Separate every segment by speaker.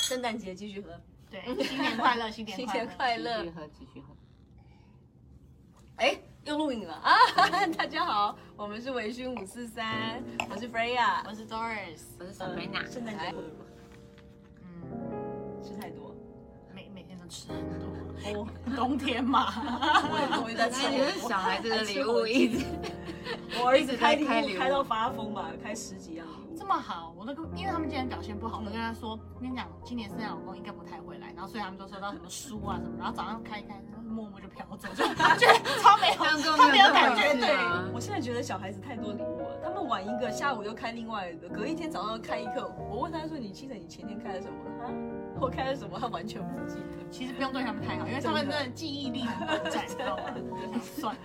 Speaker 1: 圣诞节继续喝，
Speaker 2: 对，新年快乐，新年
Speaker 1: 新
Speaker 2: 快
Speaker 1: 年
Speaker 2: 乐，
Speaker 1: 快
Speaker 3: 继续
Speaker 1: 乐！
Speaker 3: 喝，继续喝。
Speaker 1: 哎，又录影了啊！ 大家好，我们是微醺五四三，我是 Freya，呃
Speaker 2: 我是 Doris，
Speaker 3: 我是 Sabrina，
Speaker 1: 圣诞节喝了吗？
Speaker 2: 嗯，
Speaker 1: 吃太多，
Speaker 2: 每每天都吃很多，
Speaker 1: 我
Speaker 2: 冬天嘛，
Speaker 1: 我也 我也在吃
Speaker 3: 那你是
Speaker 1: 火锅
Speaker 3: 小孩子的礼物一直。
Speaker 1: 我儿子
Speaker 3: 直
Speaker 1: 开
Speaker 3: 在
Speaker 1: 礼
Speaker 3: 开礼
Speaker 1: 物
Speaker 3: 物
Speaker 1: 开到发疯吧，开十啊几样礼物
Speaker 2: 这。么好，我都跟，因为他们今年表现不好，我都跟他说，跟你讲，今年圣诞老公应该不太回来，然后所以他们都收到什么书啊什么，然后早上开一开，默默就飘走，就 觉得超美好，
Speaker 3: 这样根
Speaker 2: 他
Speaker 3: 本
Speaker 2: 没
Speaker 3: 没
Speaker 2: 有
Speaker 3: 有
Speaker 2: 感
Speaker 3: 感
Speaker 2: 觉，
Speaker 3: 觉
Speaker 2: 对，
Speaker 1: 我现在觉得小孩子太多礼物了，他们玩一个，下午又开另外一个，隔一天早上开一个。我问他说：“你记得你前天开了什么？”啊，我开了什么？他完全不记得。
Speaker 2: 其实不用对他们太好，因为他们真的记忆力很短暂，你知道吗？我想算了，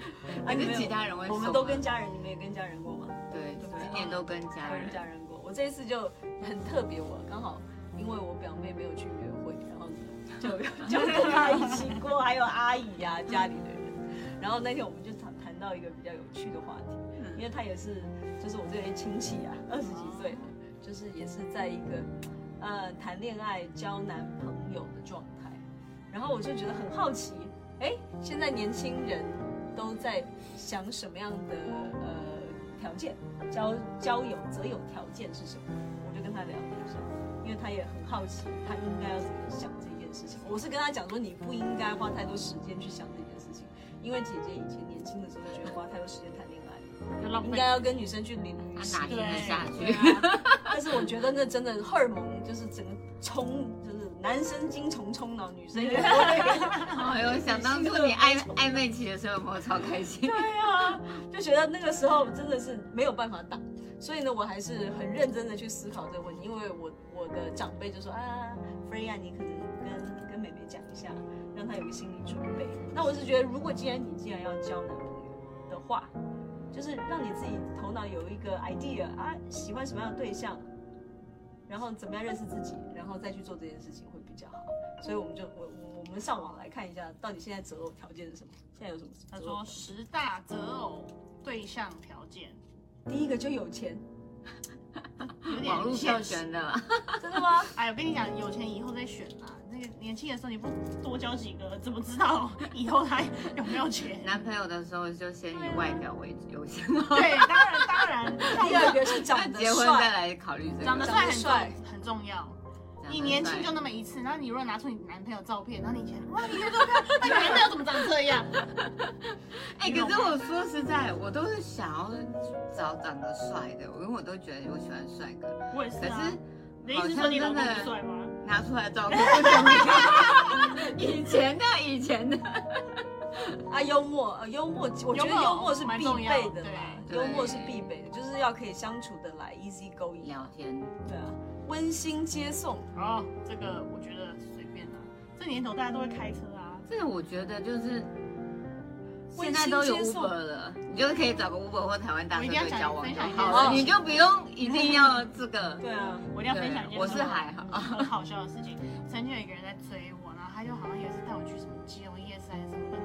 Speaker 3: 还是其他人会送啊。
Speaker 1: 我哎们都跟家人，你们也跟家人过吗？
Speaker 3: 对，今年都跟家
Speaker 1: 我
Speaker 3: 人
Speaker 1: 跟。家人过。我这一次就很特别，我刚好因为我表妹没有去约会，然后呢就就跟她一起过，还有阿姨呀、家里的人。然后那天我们就谈谈到一个比较有趣的话题，因为她也是就是我这些亲戚啊，二十几岁了，就是也是在一个呃谈恋爱交男朋友的状态。然后我就觉得很好奇，哎，现在年轻人都在想什么样的呃条件？交交友择友条件是什么？我就跟他聊了一下，因为他也很好奇，他应该要怎么想这件事情。我是跟他讲说，你不应该花太多时间去想这件事情，因为姐姐以前年轻的时候觉得花太多时间谈恋爱，
Speaker 2: 就浪
Speaker 1: 应
Speaker 2: 费
Speaker 1: 该。要跟女生去联系。
Speaker 3: 哪听得下去
Speaker 2: 对啊
Speaker 1: 但是我觉得那真的荷尔蒙就是整个冲，就是男生精虫冲脑，女生也多累。
Speaker 3: 哎呦，想当初你暧暧昧期的时候，有没有超开 心？
Speaker 1: 对啊，就觉得那个时候真的是没有办法打，所以呢，我还是很认真的去思考这个问题，因为我我的长辈就说啊，Freya，你可能跟跟妹妹讲一下，让她有个心理准备。那我是觉得，如果既然你既然要交男朋友的话，就是让你自己头脑有一个 idea 啊，喜欢什么样的对象，然后怎么样认识自己，然后再去做这件事情会比较好。所以我们就我我我们上网来看一下，到底现在择偶条件是什么？现在有什么择偶
Speaker 2: 他
Speaker 1: 条件？
Speaker 2: 说十大择偶对象条件，
Speaker 1: 第一个就有钱，
Speaker 2: 有点
Speaker 3: 网络票选的啦，
Speaker 1: 真的吗？
Speaker 2: 哎，我跟你讲，有钱以后再选啦。那个年轻的时候你不多交几个，怎么知道 以后他有没有钱？
Speaker 3: 男朋友的时候就先以外表为优先，
Speaker 2: 对，当然当然，
Speaker 1: 第二个是长得
Speaker 3: 结婚再
Speaker 1: 帅，
Speaker 3: 来考虑这个。
Speaker 2: 长得帅很重
Speaker 1: 长得
Speaker 2: 很重要。
Speaker 3: 长得
Speaker 2: 你年轻
Speaker 3: 帅
Speaker 2: 就那么一次，然后你如果拿出你男朋友照片，然后你以前哇，你觉得看，那你男朋友怎么长这样？
Speaker 3: 哎、可是我说实在，我都是想要找长得帅的，因为我都觉得我喜欢帅哥。
Speaker 2: 我也是
Speaker 3: 可
Speaker 2: 啊。
Speaker 3: 是
Speaker 2: 你的意思是说你老公不帅吗？
Speaker 3: 拿出来照片不行， 以前的以前的，
Speaker 1: 啊，幽默，呃，幽默，我觉得幽默是必备的啦，
Speaker 3: 对
Speaker 1: 幽默是必备的，就是要可以相处的来，easy going，
Speaker 3: 聊天
Speaker 1: 对啊，温馨接送，
Speaker 2: 哦，这个我觉得随便啦、这年头大家都会开车啊。
Speaker 3: 这个我觉得就是。
Speaker 1: 温
Speaker 3: 现
Speaker 1: 馨
Speaker 3: 在都有
Speaker 1: 接送
Speaker 3: Uber 了，你就是可以找个 Uber 或台湾大车队交往就
Speaker 2: 我一定要
Speaker 1: 分享一
Speaker 2: 讲
Speaker 3: 好
Speaker 1: 件事
Speaker 3: 了，你就不用一定要这个。
Speaker 1: 对啊，
Speaker 2: 我一定要分享一件
Speaker 3: 对我是还好
Speaker 2: 嗯很好笑的事情。曾经有一个人在追我，然后他就好像也是带我去什么基隆夜市还是什么的，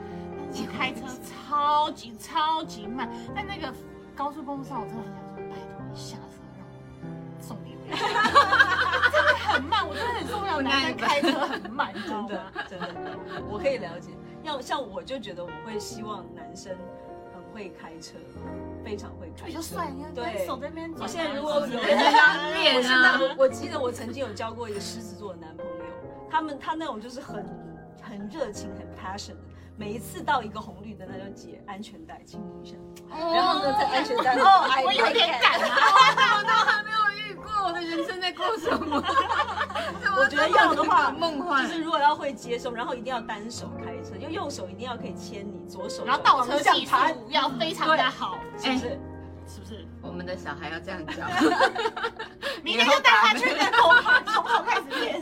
Speaker 2: 但是开车超级超级慢，在那个高速公路上，我真的很想说，拜托你下车让我送你回家。 真的很慢，我真的很受不了男人开车很慢，你知道
Speaker 1: 真
Speaker 2: 吗
Speaker 1: 的？真的，我可以了解。要像我就觉得我会希望男生很会开车，非常会
Speaker 2: 就
Speaker 1: 开
Speaker 2: 比
Speaker 1: 车
Speaker 2: 较。帅，你看
Speaker 1: 对
Speaker 2: 手在那边转
Speaker 1: 我
Speaker 2: 啊
Speaker 1: 现在
Speaker 2: 什
Speaker 1: 如
Speaker 2: 么
Speaker 1: 果
Speaker 2: 之
Speaker 1: 有
Speaker 2: 类
Speaker 1: 人
Speaker 2: 的，
Speaker 3: 当
Speaker 1: 我
Speaker 3: 面
Speaker 1: 现在
Speaker 3: 啊，
Speaker 1: 我 我记得我曾经有交过一个狮子座的男朋友，他们他那种就是很很热情、很 passion 的，每一次到一个红绿灯，他就解安全带，亲一下，然后呢，在哦安全带哦，I
Speaker 2: 哦我有点
Speaker 1: like it
Speaker 2: 敢 啊。
Speaker 3: 我都还没有遇过，我的人生在过什 么？
Speaker 1: 我觉得要的话
Speaker 3: 梦
Speaker 1: 就
Speaker 3: 幻
Speaker 1: 是如果要会接送，然后一定要单手开车，就右手一定要可以牵你左手的
Speaker 2: 然后倒
Speaker 1: 方
Speaker 2: 车
Speaker 1: 向
Speaker 2: 技术
Speaker 1: 盘，
Speaker 2: 要非常的好，
Speaker 1: 是不是？
Speaker 2: 是不是？
Speaker 3: 我们的小孩要这样教，
Speaker 2: 明天就带他去那头发从头开始练。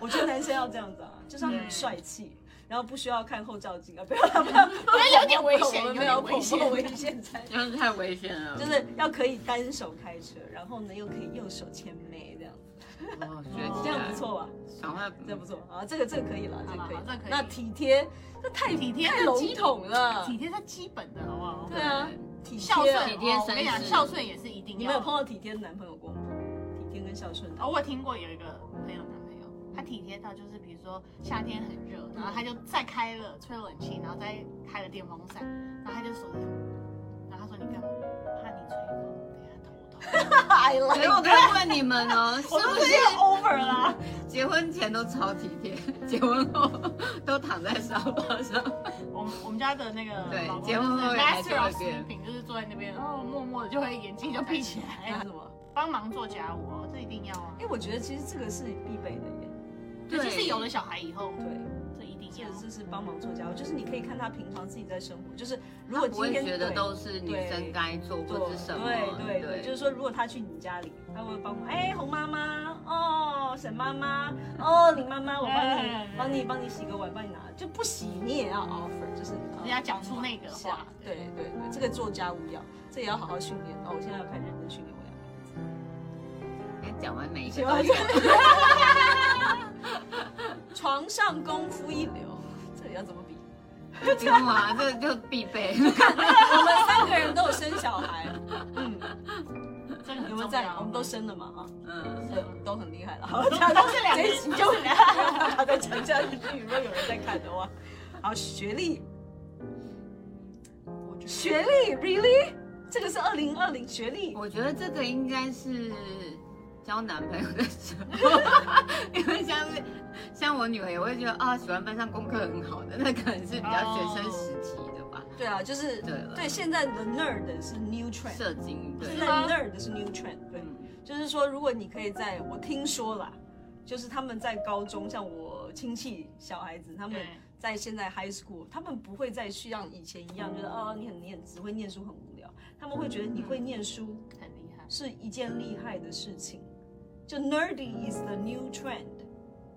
Speaker 1: 我觉得男生要这样子啊，就是要
Speaker 2: 哎对
Speaker 1: 很帅气，然后不需要看后照镜啊，不要不要，
Speaker 2: 我觉得有点危险，
Speaker 1: 我
Speaker 2: 有
Speaker 1: 们没有
Speaker 2: 点危
Speaker 1: 恐怖危
Speaker 2: 险。
Speaker 1: 险才
Speaker 3: 这样太危险了。
Speaker 1: 就是要可以单手开车，然后呢又可以右手牵妹这样，
Speaker 3: 哦，学
Speaker 1: 这
Speaker 3: 起
Speaker 1: 样
Speaker 3: 来
Speaker 1: 不，错吧？
Speaker 3: 赶快，
Speaker 1: 这不错啊，这个这个可以了，这
Speaker 2: 啊嗯好
Speaker 1: 个
Speaker 2: 吧
Speaker 1: 可以
Speaker 2: 好这个可以
Speaker 1: 那体贴，这太
Speaker 2: 体贴
Speaker 1: 太
Speaker 2: 是
Speaker 1: 笼
Speaker 2: 基
Speaker 1: 统了
Speaker 2: 体。贴是基本的，好不好？
Speaker 1: 对啊，体
Speaker 2: 孝
Speaker 1: 贴啊。
Speaker 2: 顺，
Speaker 3: 体贴
Speaker 2: 哦我跟你讲，
Speaker 3: 绅士
Speaker 2: 孝顺也是一定
Speaker 1: 你
Speaker 2: 要
Speaker 1: 们有碰
Speaker 2: 的。
Speaker 1: 到体贴的男朋友过吗？体贴跟孝顺的
Speaker 2: 哦，我有听过有一个朋友男朋友，他体体贴到，就是比如说夏天很热，然后他就再开了吹冷气，然后再开了电风扇，然后他就手这样，然后他说你干嘛？怕你吹风，等一下头痛。
Speaker 1: I
Speaker 3: 所以
Speaker 1: like，
Speaker 3: 我可以问你们哦，是
Speaker 1: 我都
Speaker 3: 不
Speaker 1: 是
Speaker 3: 是
Speaker 1: over 啊啦。
Speaker 3: 结婚前都超体贴， 结婚后都躺在沙发上？
Speaker 2: 我们我们家的那个
Speaker 3: 对
Speaker 2: 老公
Speaker 3: 结婚
Speaker 2: 就是
Speaker 3: 后也还是
Speaker 2: master
Speaker 3: 会
Speaker 2: of
Speaker 3: 变
Speaker 2: sleeping，就是坐在那边，然后默默的就会眼睛就闭起
Speaker 1: 哎 还有
Speaker 2: 来
Speaker 1: 什，么？
Speaker 2: 帮忙做家务哦，这一定要啊
Speaker 1: 因。为我觉得其实这个是必备的耶。
Speaker 2: 尤其是
Speaker 3: 对
Speaker 2: 有了小孩以后，
Speaker 1: 对，
Speaker 2: 这一定
Speaker 1: 这
Speaker 2: 要
Speaker 1: 个。是帮忙做家务，就是你可以看他平常自己在生活，就是如果
Speaker 3: 我不
Speaker 1: 今
Speaker 3: 会
Speaker 1: 天
Speaker 3: 觉得
Speaker 1: 对
Speaker 3: 都是女生该做
Speaker 1: 做
Speaker 3: 或是什么？
Speaker 1: 对对对，就是说，如果他去你家里，他会帮我，哎，红妈妈，哦，沈妈妈，
Speaker 2: 嗯
Speaker 1: 哦，林妈妈，我帮
Speaker 2: 哎
Speaker 1: 你，帮你，帮你洗个碗，帮你拿，就不洗你也要 offer，就是
Speaker 2: 人家讲出那个
Speaker 1: 是啊
Speaker 2: 话
Speaker 1: 对对对，这个做家务要，这也要好好训练。哦，我现在要开始认真训练我两个儿子。
Speaker 3: 你讲完每一
Speaker 1: 喜
Speaker 3: 个
Speaker 1: 欢
Speaker 3: 都有。
Speaker 1: 床上功夫一流，这里要怎么 比？
Speaker 3: 不用啊，这就必备。
Speaker 1: 我们三个人都有生小孩，嗯，
Speaker 2: 这个很
Speaker 1: 有没有
Speaker 2: 重
Speaker 1: 在？
Speaker 2: 要。
Speaker 1: 我们都生了嘛啊。
Speaker 3: 嗯，
Speaker 1: 对都很厉害了。好，讲
Speaker 2: 都是两个
Speaker 1: 这一集就 两个，再讲下去，如果有人在看的话，好，学历，
Speaker 2: 我觉得
Speaker 1: 学历，really，这个是二零二零学历，
Speaker 3: 我觉得这个应该是交男朋友的时候， 因为像是像我女儿也会觉得啊，喜欢班上功课很好的，那可能是比较学生时期的吧。
Speaker 1: 对啊，就是
Speaker 3: 对了
Speaker 1: 对，现在的 nerd 是 new trend，
Speaker 3: 社经对
Speaker 1: 现
Speaker 2: 是
Speaker 1: 在
Speaker 2: 吗
Speaker 1: nerd 是 new trend，对，
Speaker 3: 嗯
Speaker 1: 就是说如果你可以在，我听说啦，就是他们在高中，像我亲戚小孩子他们
Speaker 2: 对。
Speaker 1: 在现在 high school，他们不会再去像以前一样，觉得哦，你很你很只会念书很无聊，他们会觉得你会念书，
Speaker 2: 很厉害。
Speaker 1: 是一件厉害的事情。就 nerdy is the new trend，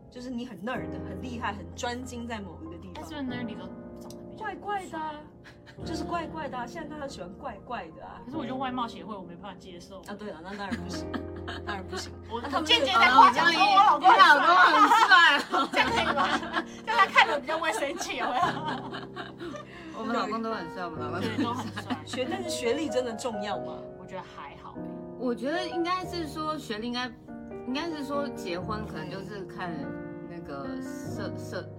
Speaker 1: 就是你很 nerd，很厉害，很专精在某一个地
Speaker 2: 但是不
Speaker 1: 方。
Speaker 2: 是 nerdy 都长得比较
Speaker 1: 怪怪的、啊，就是怪怪的、啊。现在大家喜欢怪怪的啊。
Speaker 2: 可是我觉得外貌协会我没办法接受。
Speaker 1: 啊，对了，那当然不行，当然不行。
Speaker 2: 我
Speaker 1: 他
Speaker 2: 我
Speaker 1: 们
Speaker 2: 渐渐
Speaker 1: 就
Speaker 2: 在夸奖说我老公
Speaker 3: 你老公
Speaker 2: 很
Speaker 3: 很帅
Speaker 2: 帅，
Speaker 3: 哦，
Speaker 2: 这样可以吗？ 让他看了比较不会生气，有没 有？
Speaker 3: 我们老公都很帅，我们老公都
Speaker 2: 对，都很帅。
Speaker 1: 学，但是学历真的重要吗？
Speaker 2: 我觉得还好哎。
Speaker 3: 我觉得应该是说学历应该，应该是说结婚可能就是看那个社社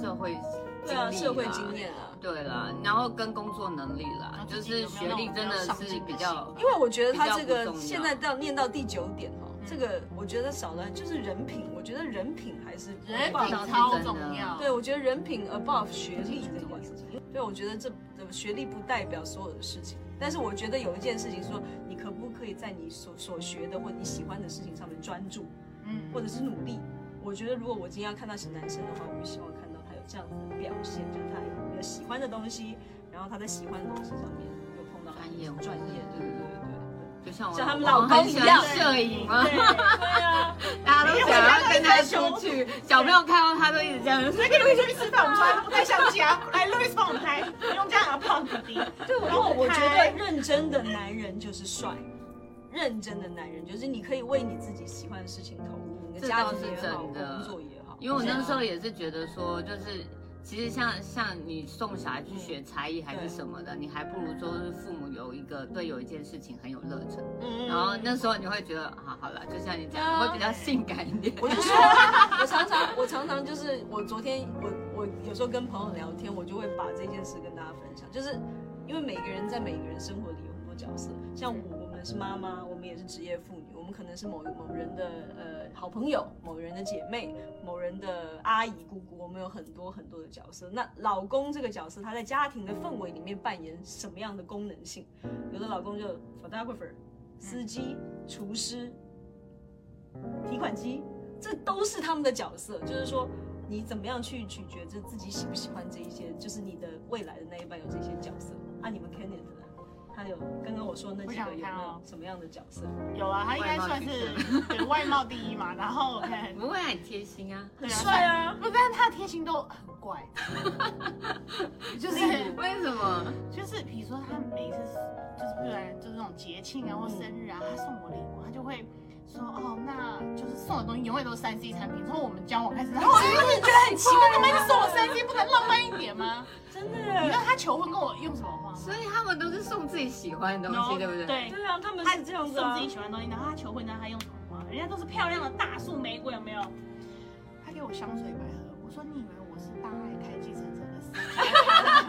Speaker 3: 社会
Speaker 1: 对啊，
Speaker 3: 经历啦
Speaker 1: 社会经验啊。
Speaker 3: 对啦，然后跟工作能力啦
Speaker 2: 然后，
Speaker 3: 就
Speaker 2: 自己有
Speaker 3: 是
Speaker 2: 没有
Speaker 3: 学历真的
Speaker 2: 那种比较上
Speaker 3: 是
Speaker 2: 进的
Speaker 3: 比较
Speaker 2: 心
Speaker 1: 因为我觉得他这
Speaker 3: 比较
Speaker 1: 个
Speaker 3: 不重要
Speaker 1: 现在到念到第九点哦，
Speaker 2: 嗯
Speaker 1: 这个我觉得少了就是人品，我觉得人品还是
Speaker 2: 欸人
Speaker 3: 我
Speaker 2: 品
Speaker 3: 觉得
Speaker 2: 超重要。
Speaker 1: 对，我觉得人品 above 学历这件事情，对，我觉得这呃学历不代表所有的事情。但是我觉得有一件事情说，你可不可以在你所所学的或你喜欢的事情上面专注，
Speaker 2: 嗯，
Speaker 1: 或者是努力？我觉得如果我今天要看到是男生的话，我就希望看到他有这样子的表现，就是他有喜欢的东西，然后他在喜欢的东西上面有碰到他
Speaker 3: 专业
Speaker 1: 的专业，对对对
Speaker 3: 就像我
Speaker 1: 像他们老
Speaker 3: 老
Speaker 1: 公
Speaker 3: 很喜
Speaker 1: 一样
Speaker 3: 欢摄影嘛，
Speaker 1: 对对，对啊，
Speaker 3: 大家都想要跟他出去，小朋友看到他都一直这样，
Speaker 2: 所以跟 Louis 出去吃饭，我们从来都不带相 机啊。来，Louis 帮我们拍，不用这样啊，胖弟弟。
Speaker 1: 对，我
Speaker 2: 然后
Speaker 1: 我觉
Speaker 2: 拍
Speaker 1: 得认真的男人就是帅，认真的男人就是你可以为你自己喜欢的事情投入，你的
Speaker 3: 这
Speaker 1: 家
Speaker 3: 倒
Speaker 1: 庭
Speaker 3: 是
Speaker 1: 也
Speaker 3: 真
Speaker 1: 好，
Speaker 3: 的
Speaker 1: 工作也好。
Speaker 3: 因为我那时候
Speaker 1: 也
Speaker 3: 也是觉得说，就是其实像像你送小孩去学才艺还是什么的，你还不如说是父母有一个对有一件事情很有热忱，
Speaker 1: 嗯
Speaker 3: 然后那时候你会觉得，好好了，就像你讲，的，会比较性感一点。
Speaker 1: 我就说，我常常我常常就是我昨天我我有时候跟朋友聊天，我就会把这件事跟大家分享，就是因为每个人在每个人生活里有很多角色，像我我们是妈妈，我们也是职业妇女，我们可能是某某人的呃好朋友，某人的姐妹，某人的阿姨姑姑，我们有很多很多的角色。那老公这个角色，他在家庭的氛围里面扮演什么样的功能性？有的老公就 photographer，司机、厨师、提款机，这都是他们的角色。就是说，你怎么样去取决这自己喜不喜欢这一些，就是你的未来的那一半有这些角色。啊，你们 Kenneth 呢？他有刚刚我说那几个有
Speaker 2: 我
Speaker 1: 没
Speaker 2: 想看
Speaker 1: 有
Speaker 2: 哦
Speaker 1: 什么样的角色？
Speaker 2: 有啊，他应该算是对外貌第一嘛，然后看
Speaker 3: 不会很贴心啊，
Speaker 2: 对啊
Speaker 1: 帅 啊！
Speaker 2: 不，但是他的贴心都很 怪，就是
Speaker 3: 为什么？
Speaker 2: 就是，比如说他每一次就是不然就是那种节庆啊或生日啊，他送我礼物，他就会说哦，那就是送的东西永远都是三 C 产品。从我们交往开始，然后我就一直觉得很奇怪，他们送我三 C 不能浪漫一点吗？
Speaker 1: 真的
Speaker 2: 你知
Speaker 1: 耶，
Speaker 2: 道他求婚跟我用什么话吗？
Speaker 3: 所以他们都是送自己喜欢的东西，对不对？
Speaker 2: 对，
Speaker 1: 对啊，他们
Speaker 2: 他
Speaker 1: 是这样子
Speaker 2: 送
Speaker 1: 啊
Speaker 2: 自己。喜欢的东西，然后他求婚呢，他用什么花？人家都是漂亮的大树玫瑰，有没有？他给有香水百合。我说你以为我是大爱开计程车的司 机？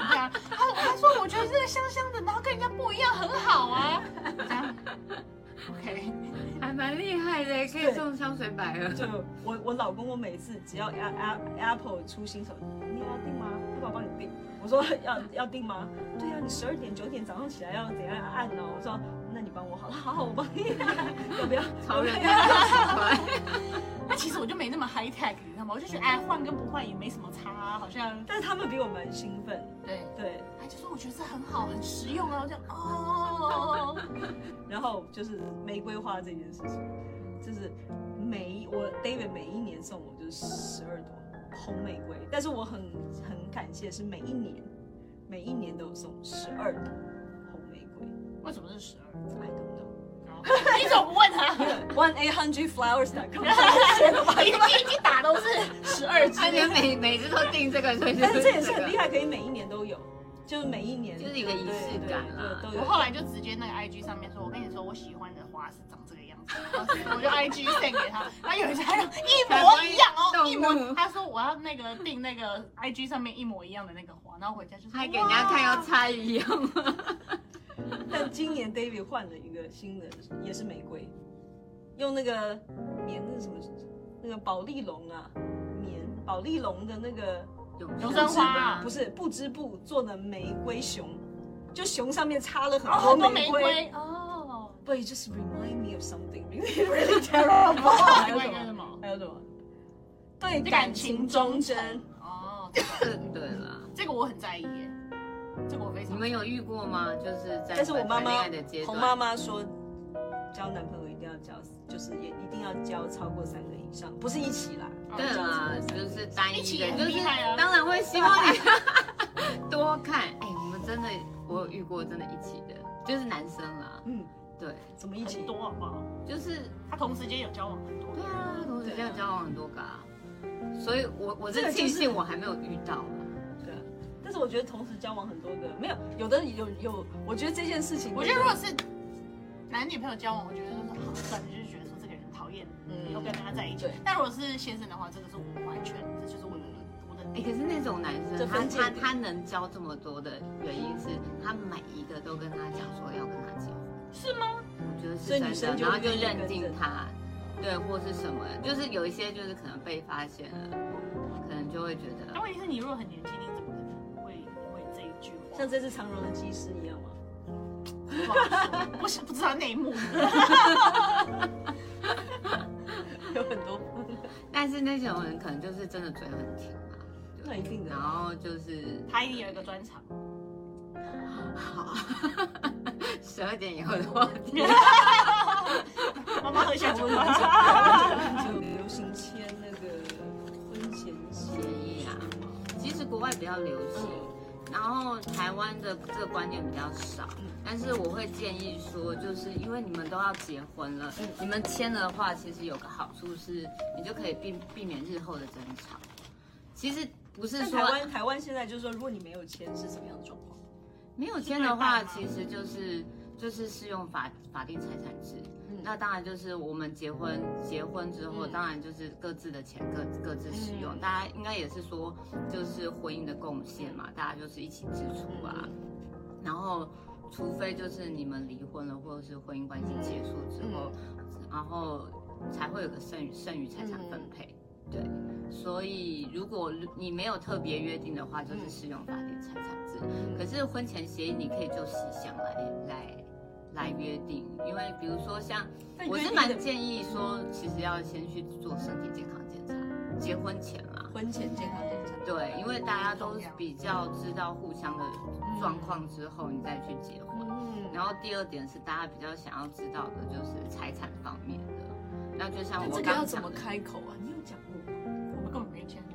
Speaker 2: 对啊，他他说我觉得这个香香的，然后跟人家不一样，很好啊。这样，OK，
Speaker 3: 还蛮厉害的，可以种香水百合。
Speaker 1: 就我我老公，我每次只要 A A Apple 出新手机，你要订吗？要不要帮你订？我说要要订吗？对啊呀、你十二点九点早上起来要怎样按呢？我说那你帮我好了，好好我帮你，要不要？
Speaker 3: 超人家的喜欢，
Speaker 2: 那其实我就没那么 high tech，你知道吗？我就觉得哎，换跟不换也没什么差、啊，好像
Speaker 1: 但是他们比我们兴奋，
Speaker 2: 对。
Speaker 1: 对。
Speaker 2: 他就说我觉得这很好，很实用啊，我就哦。
Speaker 1: 然后就是玫瑰花这件事情，就是每一我 David 每一年送我就是十二朵红玫瑰，但是我很很感谢是每一年每一年都有送十二朵红玫瑰。
Speaker 2: 为什么是十
Speaker 1: I don't
Speaker 2: 二？你怎么不问他？
Speaker 1: know. One eight hundred flowers 点 com
Speaker 2: 你你已经打都是十二只
Speaker 3: 而且每每次都订这个，所以就
Speaker 1: 但是
Speaker 3: 是
Speaker 1: 这也是
Speaker 3: 个
Speaker 1: 很厉害，可以每一年都有，就是每一年
Speaker 3: 就是有个仪式感啦
Speaker 1: 对对对，对
Speaker 2: 我后来就直接那个 IG 上面说，我跟你说我喜欢的花是长这个样子，然后我就 IG send 给他，然后有一家就一模一样哦，一
Speaker 3: 动
Speaker 2: 模。
Speaker 3: 物
Speaker 2: 他说我要那个订那个 IG 上面一模一样的那个花，然后回家就说
Speaker 3: 还给人家看要猜一样吗？
Speaker 1: 但今年 David 换了一个新的，也是玫瑰，用那个棉那什么那个宝丽龙啊，棉宝丽龙的那个
Speaker 3: 永
Speaker 2: 永生花啊
Speaker 1: 不是不织布做的玫瑰熊，就熊上面插了
Speaker 2: 哇哦好
Speaker 1: 很
Speaker 2: 多
Speaker 1: 多
Speaker 2: 玫
Speaker 1: 玫
Speaker 2: 瑰哦。
Speaker 1: But you just remind me of something really really terrible 还
Speaker 2: 另
Speaker 1: 有
Speaker 2: 外
Speaker 1: 什
Speaker 2: 一个是什
Speaker 1: 么？
Speaker 2: 么？
Speaker 1: 还有什么？对
Speaker 2: 对
Speaker 1: 感情忠贞，
Speaker 2: 哦，这个
Speaker 3: 是 对啦。
Speaker 2: 这个我很在意耶，这个我非常。
Speaker 3: 你们有遇过吗？就是在
Speaker 1: 但是我妈
Speaker 3: 谈恋
Speaker 1: 妈
Speaker 3: 爱的阶
Speaker 1: 红
Speaker 3: 段，
Speaker 1: 妈妈说，交男朋友一定要交，就是也一定要交超过三个以上，不是一起啦。啊
Speaker 3: 对啦，就是单
Speaker 2: 一起
Speaker 3: 一
Speaker 2: 也
Speaker 3: 的，
Speaker 2: 很
Speaker 3: 就是
Speaker 2: 厉害啊
Speaker 3: 当然会希望你 多看。哎，我们真的，我有遇过真的一起的，就是男生啦，
Speaker 1: 嗯，
Speaker 3: 对，
Speaker 1: 怎么一
Speaker 2: 一
Speaker 1: 起
Speaker 2: 起？多好不好？
Speaker 3: 就是
Speaker 2: 他同时间有交往很多。
Speaker 3: 对啊，同时这
Speaker 1: 对啊
Speaker 3: 样交往很多个啊，所以我我
Speaker 1: 这个
Speaker 3: 是
Speaker 1: 就
Speaker 3: 庆
Speaker 1: 是
Speaker 3: 幸我还没有遇到啊。
Speaker 1: 对啊，但是我觉得同时交往很多个，没有有的有有，我觉得这件事情，
Speaker 2: 我觉得如果是男女朋友交往，我觉得就是好算了，就是觉得说这个人讨厌，以后不要
Speaker 1: 嗯，
Speaker 2: 跟他在一起
Speaker 1: 对。
Speaker 2: 但如果是先生的话，这个是我完全，这就是我的我的
Speaker 3: 哎、可是那种男
Speaker 1: 这
Speaker 3: 生，他
Speaker 1: 分界
Speaker 3: 他
Speaker 1: 点
Speaker 3: 他能交这么多的原因是，他每一个都跟他讲说要跟他结婚，
Speaker 2: 是吗？
Speaker 3: 我觉得是
Speaker 1: 所以
Speaker 3: 真
Speaker 1: 女生
Speaker 3: 的，
Speaker 1: 就
Speaker 3: 然后就
Speaker 1: 愿意
Speaker 3: 认
Speaker 1: 跟
Speaker 3: 定
Speaker 1: 着
Speaker 3: 他，对，或是什么，就是有一些就是可能被发现了，可能就会觉
Speaker 2: 但
Speaker 3: 得
Speaker 2: 问题是你如果很年轻，你怎么可能会因为这一句话？
Speaker 1: 像这次长荣的技师一样嘛，
Speaker 2: 不好说我是不知道内幕。
Speaker 1: 有很多，
Speaker 3: 但是那种人可能就是真的嘴很甜嘛，
Speaker 1: 那一定
Speaker 3: 然
Speaker 1: 的。
Speaker 3: 后就是
Speaker 2: 他也有一个专场，
Speaker 3: 好，十二点以后的话 题，
Speaker 2: 妈妈喝下
Speaker 1: 想
Speaker 2: 酒
Speaker 1: 问
Speaker 2: 吗？
Speaker 1: 就 流行签那个婚前协
Speaker 3: 协议啊，其实国外比较流行。然后台湾的这个观念比较少
Speaker 1: 嗯，
Speaker 3: 但是我会建议说，就是因为你们都要结婚了
Speaker 1: 嗯，
Speaker 3: 你们签了的话，其实有个好处是，你就可以避避免日后的争吵。其实不是
Speaker 1: 但
Speaker 3: 说
Speaker 1: 台湾台湾现在就是说，如果你没有签是什么样的状况？
Speaker 3: 没有签的话，
Speaker 1: 啊
Speaker 2: 是对半吗
Speaker 3: 其实就是就是适用法法定财产制。
Speaker 1: 嗯
Speaker 3: 那当然就是我们结婚结婚之后，
Speaker 1: 嗯
Speaker 3: 当然就是各自的钱各各自使用。
Speaker 1: 嗯
Speaker 3: 大家应该也是说，就是婚姻的贡献嘛，大家就是一起支出
Speaker 1: 嗯
Speaker 3: 啊。然后，除非就是你们离婚了，或者是婚姻关系结束之后，
Speaker 1: 嗯
Speaker 3: 然后才会有个剩余剩余财产分配。
Speaker 1: 嗯
Speaker 3: 对，所以如果你没有特别约定的话，就是适用法定财产制。
Speaker 1: 嗯
Speaker 3: 可是婚前协议你可以就细项来来来约定，因为比如说像
Speaker 1: 但
Speaker 3: 我
Speaker 1: 约
Speaker 3: 是
Speaker 1: 定
Speaker 3: 蛮
Speaker 1: 的
Speaker 3: 建议说，其实要先去做身体健康检查，结婚前啦。
Speaker 1: 婚前健康检查，
Speaker 3: 对，因为大家都比较知道互相的状况之后，你再去结婚。
Speaker 1: 嗯，
Speaker 3: 然后第二点是大家比较想要知道的，就是财产方面的。那就像
Speaker 1: 但
Speaker 3: 我
Speaker 1: 这个要
Speaker 3: 刚
Speaker 1: 怎么
Speaker 3: 讲的，
Speaker 1: 开口啊？你有讲过吗？
Speaker 2: 我们根本没签啊。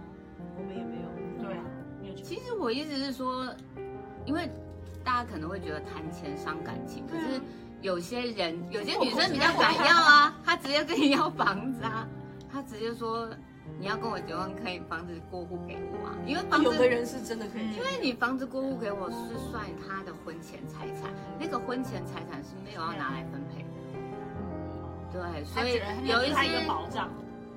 Speaker 1: 我们也没有。
Speaker 2: 对啊，
Speaker 3: 嗯
Speaker 2: 没有签。
Speaker 3: 其实我一直是说，因为大家可能会觉得谈钱伤感情，可
Speaker 1: 啊
Speaker 3: 是有些人，有些女生比较敢 要啊，她直接跟你要房子啊，她直接说你要跟我结婚，可以房子过户给我啊，因为房
Speaker 1: 有的
Speaker 3: 子。
Speaker 1: 人是真的哎可以
Speaker 3: 因为你房子过户给我是算她的婚前财产，那个婚前财产是没有要拿来分配的，对，所
Speaker 2: 他嗯觉
Speaker 3: 以
Speaker 2: 得他
Speaker 3: 有一
Speaker 2: 他一个
Speaker 3: 些
Speaker 2: 保障，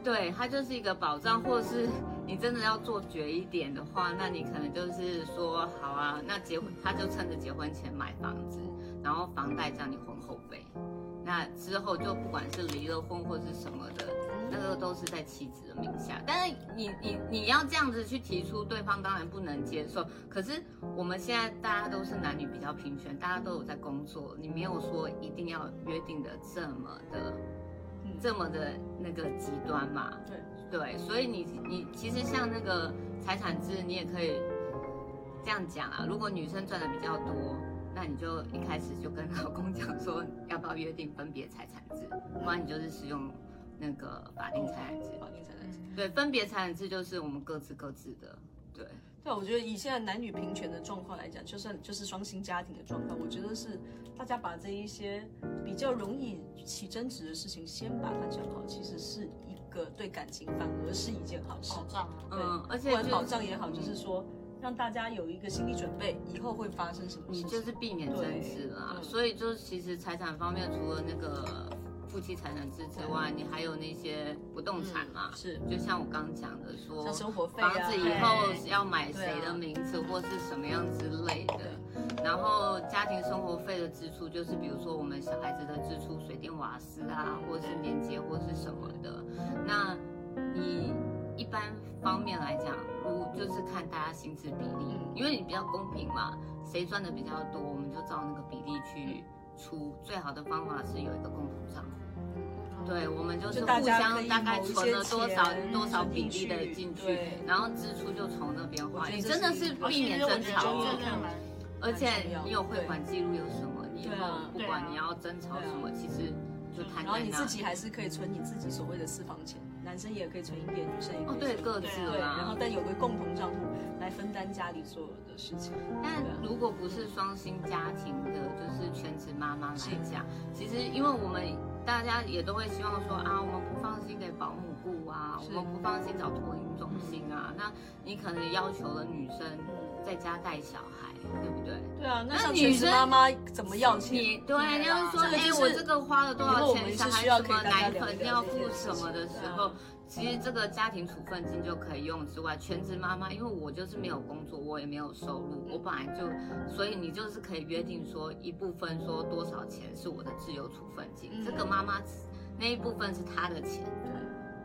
Speaker 3: 对，它就是一个保障，或是你真的要做绝一点的话，那你可能就是说，好啊，那结婚他就趁着结婚前买房子，然后房贷叫你婚后背，那之后就不管是离了婚或是什么的，
Speaker 1: 嗯
Speaker 3: 那个都是在妻子的名下。但是你你你要这样子去提出，对方当然不能接受。可是我们现在大家都是男女比较平权，大家都有在工作，你没有说一定要约定的这么的
Speaker 1: 嗯
Speaker 3: 这么的那个极端嘛。
Speaker 1: 对，
Speaker 3: 对，所以你你其实像那个财产制，你也可以这样讲啊。如果女生赚的比较多，那你就一开始就跟老公讲说，要不要约定分别财产制，不然你就是使用那个法定财产制。
Speaker 1: 法定财产制。
Speaker 3: 嗯对，分别财产制就是我们各自各自的。对，
Speaker 1: 对，我觉得以现在男女平权的状况来讲，就算就是双薪家庭的状况，我觉得是大家把这一些比较容易起争执的事情先把它讲好，其实是一个对感情反而是一件好事
Speaker 2: 保。障啊。
Speaker 3: 嗯，而
Speaker 1: 不
Speaker 3: 且
Speaker 1: 管保
Speaker 3: 就嗯
Speaker 1: 障也好，就是嗯说让大家有一个心理准备，以后会发生什么
Speaker 3: 你
Speaker 1: 事
Speaker 3: 就
Speaker 1: 情。
Speaker 3: 是避免争执啦。
Speaker 1: 对对
Speaker 3: 所以就是其实财产方面，除了那个夫妻财产制之外，你还有那些不动产嘛。
Speaker 1: 嗯是
Speaker 3: 就像我刚讲的说，
Speaker 1: 像生活费
Speaker 3: 房
Speaker 1: 啊，
Speaker 3: 子以后要买谁的名字或是什么样之类的，然后家庭生活费的支出就是比如说我们小孩子的支出，水电瓦斯啊，或是年节或是什么的。那你一般方面来讲，如就是看大家薪资比例，
Speaker 1: 嗯
Speaker 3: 因为你比较公平嘛，谁赚的比较多，我们就照那个比例去出。最好的方法是有一个共同账户。对，我们就是
Speaker 1: 就
Speaker 3: 互
Speaker 1: 大家可
Speaker 3: 相
Speaker 1: 以
Speaker 3: 大概
Speaker 1: 某一
Speaker 3: 存
Speaker 1: 些
Speaker 3: 了多
Speaker 1: 钱
Speaker 3: 少多少
Speaker 1: 存
Speaker 3: 比例
Speaker 1: 进
Speaker 3: 的
Speaker 1: 去
Speaker 3: 进去
Speaker 1: 对，
Speaker 3: 然后支出就从那边花。
Speaker 1: 我觉得
Speaker 3: 你
Speaker 1: 这
Speaker 3: 真的
Speaker 1: 是
Speaker 3: 是
Speaker 1: 一个
Speaker 3: 避免
Speaker 2: 我
Speaker 3: 争
Speaker 2: 觉
Speaker 3: 吵
Speaker 2: 得
Speaker 3: 哦，
Speaker 2: 真的蛮，
Speaker 3: 而且
Speaker 1: 蛮重要
Speaker 3: 你有汇款记录有什么？你以
Speaker 1: 对
Speaker 3: 后
Speaker 1: 啊
Speaker 3: 不
Speaker 2: 对啊
Speaker 3: 管你要争吵什么，其实就摊
Speaker 1: 然
Speaker 3: 在
Speaker 1: 后
Speaker 3: 那里。
Speaker 1: 你自己还是可以存你自己所谓的私房钱，男生也可以存一点，女生也可以
Speaker 3: 哦
Speaker 1: 存。
Speaker 3: 对各自
Speaker 1: 对，啊然后
Speaker 3: 啦。
Speaker 1: 但有个共同账户来分担家里所有的事情。
Speaker 3: 但
Speaker 1: 对啊
Speaker 3: 如果不是双薪家庭的，就是全职妈妈
Speaker 1: 是
Speaker 3: 来讲，其实因为我们大家也都会希望说啊，我们不放心给保姆雇啊，
Speaker 1: 是
Speaker 3: 我们不放心找托婴中心啊，那你可能要求了女生。在家带小孩，对不对？
Speaker 1: 对啊，
Speaker 3: 那
Speaker 1: 像
Speaker 3: 女
Speaker 1: 全职
Speaker 3: 生
Speaker 1: 妈妈怎么要钱？啊
Speaker 3: 你对，你要是说，
Speaker 1: 这个
Speaker 3: 哎、
Speaker 1: 就是
Speaker 3: 我这个花了多
Speaker 1: 以后
Speaker 3: 少
Speaker 1: 我们
Speaker 3: 钱，
Speaker 1: 是
Speaker 3: 小孩
Speaker 1: 需要
Speaker 3: 什
Speaker 1: 可以
Speaker 3: 么
Speaker 1: 大家
Speaker 3: 奶
Speaker 1: 聊一
Speaker 3: 粉
Speaker 1: 聊
Speaker 3: 要
Speaker 1: 这
Speaker 3: 付
Speaker 1: 件事
Speaker 3: 什么的
Speaker 1: 情
Speaker 3: 时
Speaker 1: 对啊
Speaker 3: 候，其实这个家庭处分金就可以用之外，全职妈妈，因为我就是没有工作，我也没有收入，我本来就，所以你就是可以约定说一部分说多少钱是我的自由处分金，
Speaker 1: 嗯
Speaker 3: 这个妈妈那一部分是她的钱，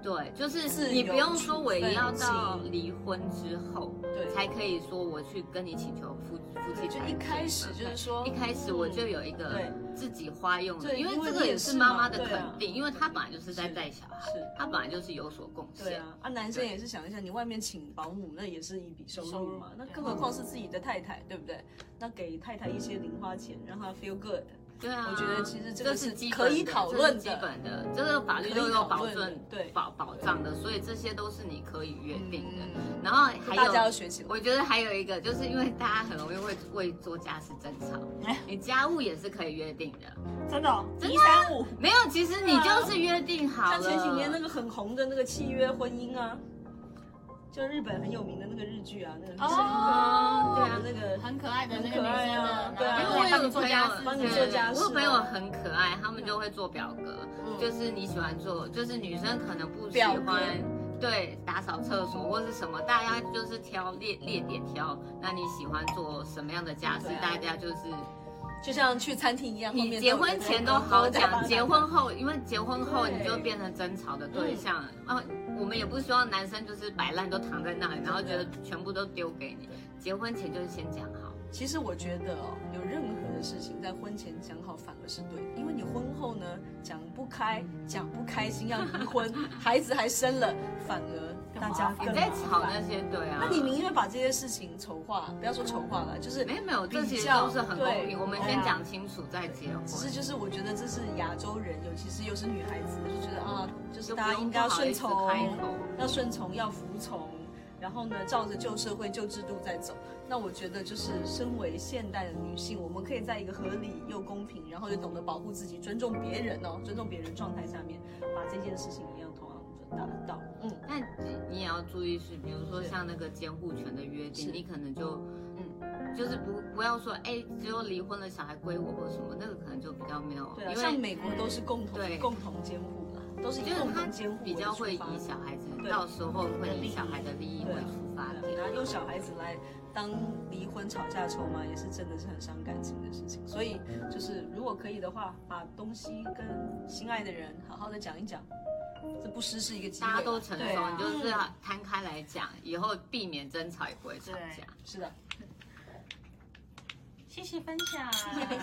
Speaker 3: 对，就
Speaker 1: 自
Speaker 3: 是
Speaker 1: 由
Speaker 3: 你不用说
Speaker 1: 处
Speaker 3: 我也
Speaker 1: 分
Speaker 3: 要到
Speaker 1: 金
Speaker 3: 离婚之后。
Speaker 1: 对
Speaker 3: 才可以说我去跟你请求夫夫妻
Speaker 1: 对，就
Speaker 3: 财
Speaker 1: 一
Speaker 3: 产
Speaker 1: 开始
Speaker 3: 分
Speaker 1: 就是
Speaker 3: 配
Speaker 1: 说嗯
Speaker 3: 一，开始我就有一
Speaker 1: 哦对
Speaker 3: 个自己花用的，
Speaker 1: 对
Speaker 3: 因为
Speaker 1: 因为
Speaker 3: 这
Speaker 1: 你
Speaker 3: 个
Speaker 1: 也
Speaker 3: 也是
Speaker 1: 是
Speaker 3: 妈
Speaker 1: 嘛
Speaker 3: 妈的
Speaker 1: 对啊
Speaker 3: 肯定，因为她本来就是在
Speaker 1: 是
Speaker 3: 带小孩，
Speaker 1: 是，
Speaker 3: 她本来就是有所贡
Speaker 1: 对
Speaker 3: 献。
Speaker 1: 啊，啊，男生也是想一下，你外面请保姆那也是一笔收
Speaker 2: 收
Speaker 1: 入
Speaker 2: 入
Speaker 1: 嘛，那
Speaker 2: 对
Speaker 1: 更何况是自己的太太，对不对？那给太太一些零花钱，让她 feel good，
Speaker 3: 对啊，
Speaker 1: 我觉得其实这
Speaker 3: 这
Speaker 1: 个
Speaker 3: 是
Speaker 1: 是
Speaker 3: 基
Speaker 1: 可
Speaker 3: 本
Speaker 1: 以
Speaker 3: 的
Speaker 1: 讨
Speaker 3: 这是
Speaker 1: 论
Speaker 3: 基
Speaker 1: 的
Speaker 3: 本的，这个法律
Speaker 1: 可以
Speaker 3: 都有
Speaker 1: 讨
Speaker 3: 保
Speaker 1: 论的
Speaker 3: 证
Speaker 1: 对
Speaker 3: 保保障的，所以这些都是你可以约定的。
Speaker 2: 嗯
Speaker 3: 然后还
Speaker 1: 大家要
Speaker 3: 有。
Speaker 1: 学起来。
Speaker 3: 我觉得还有一个，就是因为大家很容易会为做家事争 吵，
Speaker 1: 哎
Speaker 3: 你家务也是可以约定的。
Speaker 2: 真的哦，
Speaker 3: 真的
Speaker 2: 一三五，
Speaker 3: 没有，其实你就是约定好了。
Speaker 1: 啊像前几年那个很红的那个契约婚姻啊，就日本很有名的那个日剧啊，那个
Speaker 2: 哦
Speaker 1: 对
Speaker 3: 对
Speaker 1: 啊
Speaker 3: 啊，
Speaker 1: 那个
Speaker 2: 很可爱的那
Speaker 1: 很
Speaker 2: 个
Speaker 1: 可爱
Speaker 2: 女生
Speaker 1: 啊
Speaker 2: 的，
Speaker 1: 对啊
Speaker 2: 然
Speaker 3: 因
Speaker 2: 后
Speaker 3: 为我
Speaker 2: 帮
Speaker 3: 有
Speaker 2: 你做
Speaker 3: 朋
Speaker 2: 家
Speaker 3: 友啊
Speaker 2: 事，，
Speaker 1: 帮你做家事哦
Speaker 3: 我有朋友很可爱，他们就会做表格，
Speaker 1: 嗯
Speaker 3: 就是你喜欢做，就是女生可能不喜
Speaker 1: 表格
Speaker 3: 欢。对，打扫厕所或是什么，大家就是挑列列点挑。那你喜欢做什么样的家事？
Speaker 1: 对啊
Speaker 3: 大家就是
Speaker 1: 就像去餐厅一样，后
Speaker 3: 你
Speaker 1: 面
Speaker 3: 结婚前都好讲，结婚后，因为结婚后
Speaker 1: 对嗯
Speaker 3: 你就变成争吵的对象。啊，我们也不希望男生就是摆烂都躺在那里，然后觉得全部都丢给你。结婚前就是先讲好。
Speaker 1: 其实我觉得哦，有任何的事情在婚前讲好反而是对的，因为你婚后呢讲不开，讲不开心要离婚，孩子还生了，反而大家
Speaker 3: 你
Speaker 1: 更
Speaker 3: 在
Speaker 1: 麻
Speaker 3: 吵
Speaker 1: 烦
Speaker 3: 那些对啊？
Speaker 1: 那你宁愿把这些事情丑化，不要说丑化了，就是
Speaker 3: 没有没有，这
Speaker 1: 比
Speaker 3: 其实
Speaker 1: 较
Speaker 3: 都是很公
Speaker 1: 对啊
Speaker 3: 平。我们先讲清楚再结婚。
Speaker 1: 只是就是我觉得这是亚洲人，尤其是又是女孩子，就觉得啊，就是
Speaker 3: 就
Speaker 1: 大家
Speaker 3: 不
Speaker 1: 应
Speaker 3: 用
Speaker 1: 该要
Speaker 3: 不好
Speaker 1: 顺
Speaker 3: 意思
Speaker 1: 从，
Speaker 3: 开口。
Speaker 1: 要顺从，要服从，然后呢，照着旧社会、旧制度在走。那我觉得，就是身为现代的女性，我们可以在一个合理又公平，然后又懂得保护自己、尊重别人哦，尊重别人状态下面，把这件事情一样同样的达到。嗯，
Speaker 3: 但你也要注意是，比如说
Speaker 1: 是
Speaker 3: 像那个监护权的约
Speaker 1: 是
Speaker 3: 定，你可能就嗯，就是不不要说哎，只有离婚了小孩归我或什么，那个可能就比较没有
Speaker 1: 对啊，，
Speaker 3: 因
Speaker 1: 像
Speaker 3: 为
Speaker 1: 美国都是共同
Speaker 3: 对
Speaker 1: 共同监护啦，都是以
Speaker 3: 就是
Speaker 1: 共
Speaker 3: 他
Speaker 1: 同监护为
Speaker 3: 比较会
Speaker 1: 出发
Speaker 3: 以小孩子
Speaker 1: 对
Speaker 3: 到时候会以小孩的利益
Speaker 1: 对
Speaker 3: 为
Speaker 1: 啊
Speaker 3: 出发
Speaker 1: 对
Speaker 3: 点，
Speaker 1: 然后用小孩子来当离婚吵架筹码，也是真的是很伤感情的事情。所以就是如果可以的话，把东西跟心爱的人好好的讲一讲，这不失是一个机会。
Speaker 3: 大家都成
Speaker 1: 对
Speaker 3: 熟，
Speaker 1: 啊
Speaker 3: 你就是要摊开来讲，以后避免争吵也不会吵
Speaker 2: 对
Speaker 3: 架。
Speaker 1: 是的。
Speaker 2: 谢谢分享。